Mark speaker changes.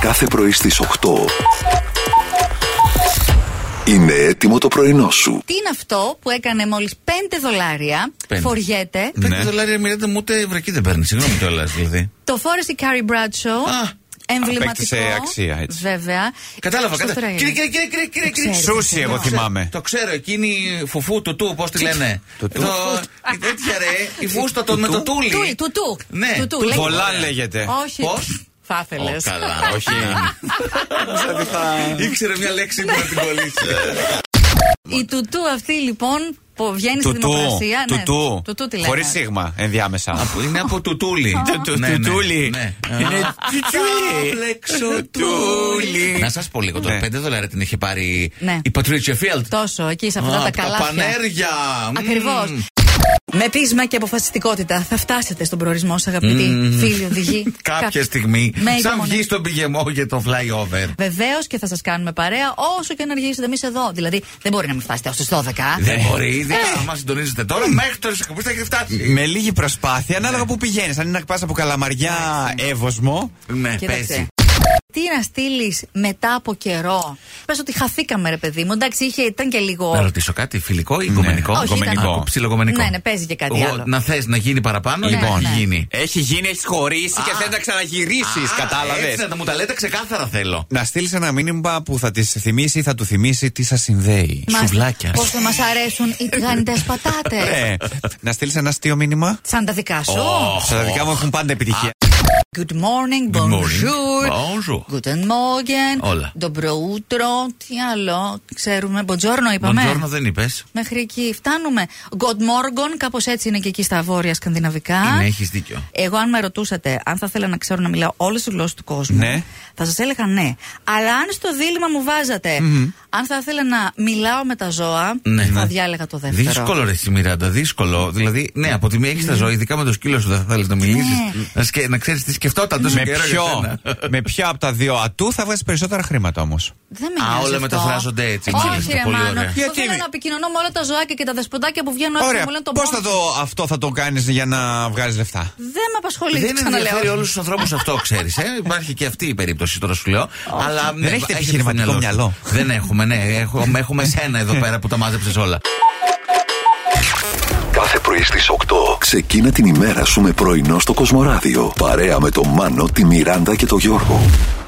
Speaker 1: κάθε πρωί στις 8. Είναι έτοιμο το πρωινό σου.
Speaker 2: Τι είναι αυτό που έκανε μόλις 5 δολάρια,
Speaker 3: Πέντε.
Speaker 2: φοριέται.
Speaker 3: Πέντε
Speaker 4: Ναι.
Speaker 3: δολάρια μοιράζεται μου ούτε βρακή δεν παίρνει. Συγγνώμη κιόλας δηλαδή.
Speaker 2: Το φόρεσε η Κάρι Μπράτσο.
Speaker 3: Α,
Speaker 2: Εμβληματικό.
Speaker 4: απέκτησε αξία, έτσι.
Speaker 2: Βέβαια.
Speaker 3: Κατάλαβα,
Speaker 2: Στο
Speaker 3: κατάλαβα.
Speaker 2: τρέλερ.
Speaker 3: Κύριε, κύριε, κύριε, κύριε, κύριε, κύριε.
Speaker 2: ξέρεις.
Speaker 4: Σούσι, εγώ θυμάμαι.
Speaker 3: Το ξέρω, εκείνη φουφού του του, πώς τη λένε.
Speaker 4: Του του.
Speaker 3: Η τέτοια ρε, η φούστα των με το τούλι.
Speaker 2: Τούλι, του του.
Speaker 3: Ναι.
Speaker 2: Του του,
Speaker 3: Του
Speaker 2: λέγεται.
Speaker 4: Βολάν λέγεται.
Speaker 2: Όχι.
Speaker 3: Πώς?
Speaker 2: Θα ήθελες.
Speaker 3: Ω, Καλά, όχι. Ήξερε μια λέξη που να την κολλήσει.
Speaker 2: Η τουτού αυτή λοιπόν που βγαίνει στη
Speaker 4: Τουτού.
Speaker 2: δημοκρασία. ναι.
Speaker 4: Τουτού.
Speaker 2: Τουτού τη λέμε.
Speaker 4: Χωρίς σίγμα ενδιάμεσα.
Speaker 3: Από- Είναι από το τούλι.
Speaker 4: Το-
Speaker 3: Ναι,
Speaker 4: το τούλι. Είναι τουτούλι.
Speaker 3: Πλέξο
Speaker 4: Τούλι.
Speaker 3: Να σας πω λίγο τώρα.
Speaker 4: Ναι.
Speaker 3: 5 δολάρια την είχε πάρει
Speaker 2: Ναι.
Speaker 3: η Πατρίτσια Φιέλτ.
Speaker 2: Τόσο εκεί σε αυτά τα καλά.
Speaker 3: πανέρια. Μμμ.
Speaker 2: Ακριβώ. Με πείσμα και αποφασιστικότητα θα φτάσετε στον προορισμό σας, αγαπητοί φίλοι οδηγοί.
Speaker 3: Κάποια στιγμή,
Speaker 2: Με
Speaker 3: σαν
Speaker 2: υπομονή.
Speaker 3: βγει στον πηγεμό για το flyover.
Speaker 2: Βεβαίως και θα σας κάνουμε παρέα όσο και να αργήσετε εμείς εδώ. Δηλαδή δεν μπορεί να μην φτάσετε ω τι 12.
Speaker 3: Δεν μπορεί, ήδη. Άμα συντονίζετε τώρα, μέχρι το εκπομπή θα έχει φτάσει.
Speaker 4: Με λίγη προσπάθεια, ανάλογα που πηγαίνεις. Αν είναι να πας από καλαμαριά εύωσμο.
Speaker 3: Ναι,
Speaker 2: Κοίταξε.
Speaker 3: παίζει.
Speaker 2: Τι να στείλεις μετά από καιρό. Πες ότι χαθήκαμε, ρε παιδί μου. Εντάξει, είχε, ήταν και λίγο.
Speaker 3: Να ρωτήσω κάτι, φιλικό ή οικομενικό.
Speaker 2: Όχι, ήταν-
Speaker 3: Οικομενικό.
Speaker 2: ήταν-
Speaker 3: Ψιλοκομενικό.
Speaker 2: Ναι, ναι, παίζει και κάτι
Speaker 3: Εγώ-
Speaker 2: άλλο.
Speaker 3: Να θες να γίνει παραπάνω, λοιπόν,
Speaker 2: ναι.
Speaker 3: γίνει.
Speaker 4: Έχει γίνει, έχεις χωρίσει και
Speaker 3: Α.
Speaker 4: θέλει να ξαναγυρίσεις.
Speaker 3: Α,
Speaker 4: Κατάλαβες.
Speaker 3: Έτσι να τα μου τα λέτε ξεκάθαρα θέλω.
Speaker 4: Να στείλεις ένα μήνυμα που θα τη θυμίσει ή θα του θυμίσει τι σας συνδέει.
Speaker 3: σουβλάκια. Ε.
Speaker 2: Πόσο μας αρέσουν οι τηγανιτέ πατάτες.
Speaker 4: Ναι. Να στείλεις ένα αστείο μήνυμα.
Speaker 2: Σαν τα δικά σου.
Speaker 4: Στα δικά μου έχουν πάντα επιτυχία.
Speaker 2: Good morning,
Speaker 3: Good morning.
Speaker 2: bonjour.
Speaker 3: Bonjour.
Speaker 2: Guten Morgen.
Speaker 3: Όλα.
Speaker 2: Dobro utro. Τι άλλο ξέρουμε. Buongiorno είπαμε.
Speaker 3: Μποντζόρνο δεν είπες.
Speaker 2: Μέχρι εκεί φτάνουμε. God Morgan, κάπως έτσι είναι και εκεί στα βόρεια σκανδιναβικά.
Speaker 3: Ναι, έχεις δίκιο.
Speaker 2: Εγώ, αν με ρωτούσατε αν θα ήθελα να ξέρω να μιλάω όλες τις γλώσσες του κόσμου,
Speaker 4: Ναι.
Speaker 2: θα σας έλεγα ναι. Αλλά αν στο δίλημα μου βάζατε, αν θα ήθελα να μιλάω με τα ζώα,
Speaker 3: Ναι.
Speaker 2: θα
Speaker 3: Ναι.
Speaker 2: διάλεγα το δεύτερο.
Speaker 3: Δύσκολο ρε η Μιράντα, δύσκολο. Δηλαδή, ναι, από τη μία έχεις τα ζώα, ειδικά με το σκύλο σου δεν θα θέλεις να μιλήσεις. Να, σκε, να ξέρεις τι σκεφτόταν τόσο
Speaker 4: Με
Speaker 3: καιρός. για
Speaker 4: ποιο,
Speaker 3: σένα.
Speaker 4: με ποιο από τα δύο ατού θα βγάζει περισσότερα χρήματα όμως.
Speaker 2: Δεν με
Speaker 3: Α,
Speaker 2: νοιάζει
Speaker 3: όλα
Speaker 2: αυτό.
Speaker 3: μεταφράζονται έτσι, μάλιστα,
Speaker 2: Όχι, ρε
Speaker 3: πολύ
Speaker 2: Μάνο.
Speaker 3: ωραία.
Speaker 2: Εγώ
Speaker 4: Γιατί?
Speaker 2: θέλω να επικοινωνώ με όλα τα ζωάκια και τα δεσποτάκια που βγαίνουν έξω και
Speaker 4: Ωραία.
Speaker 2: μου λένε το
Speaker 4: Πώς
Speaker 2: μόνο.
Speaker 4: θα το αυτό θα το κάνεις για να βγάζεις λεφτά.
Speaker 2: Δεν με απασχολεί,
Speaker 3: Δεν ενδιαφέρει
Speaker 2: ξαναλέω.
Speaker 3: όλους τους ανθρώπους αυτό, ξέρεις. Ε? Υπάρχει και αυτή η περίπτωση, τώρα σου λέω. Αλλά ναι,
Speaker 4: έχετε επιχειρηματικό
Speaker 3: στο
Speaker 4: μυαλό.
Speaker 3: σου. Δεν έχουμε, ναι. Έχουμε, έχουμε σένα εδώ πέρα που τα μάζεψες όλα.
Speaker 1: Κάθε πρωί στις 8. Ξεκίνα την ημέρα σου με πρωινό στο Κοσμοράδιο. Παρέα με τον Μάνο, τη Μιράντα και τον Γιώργο.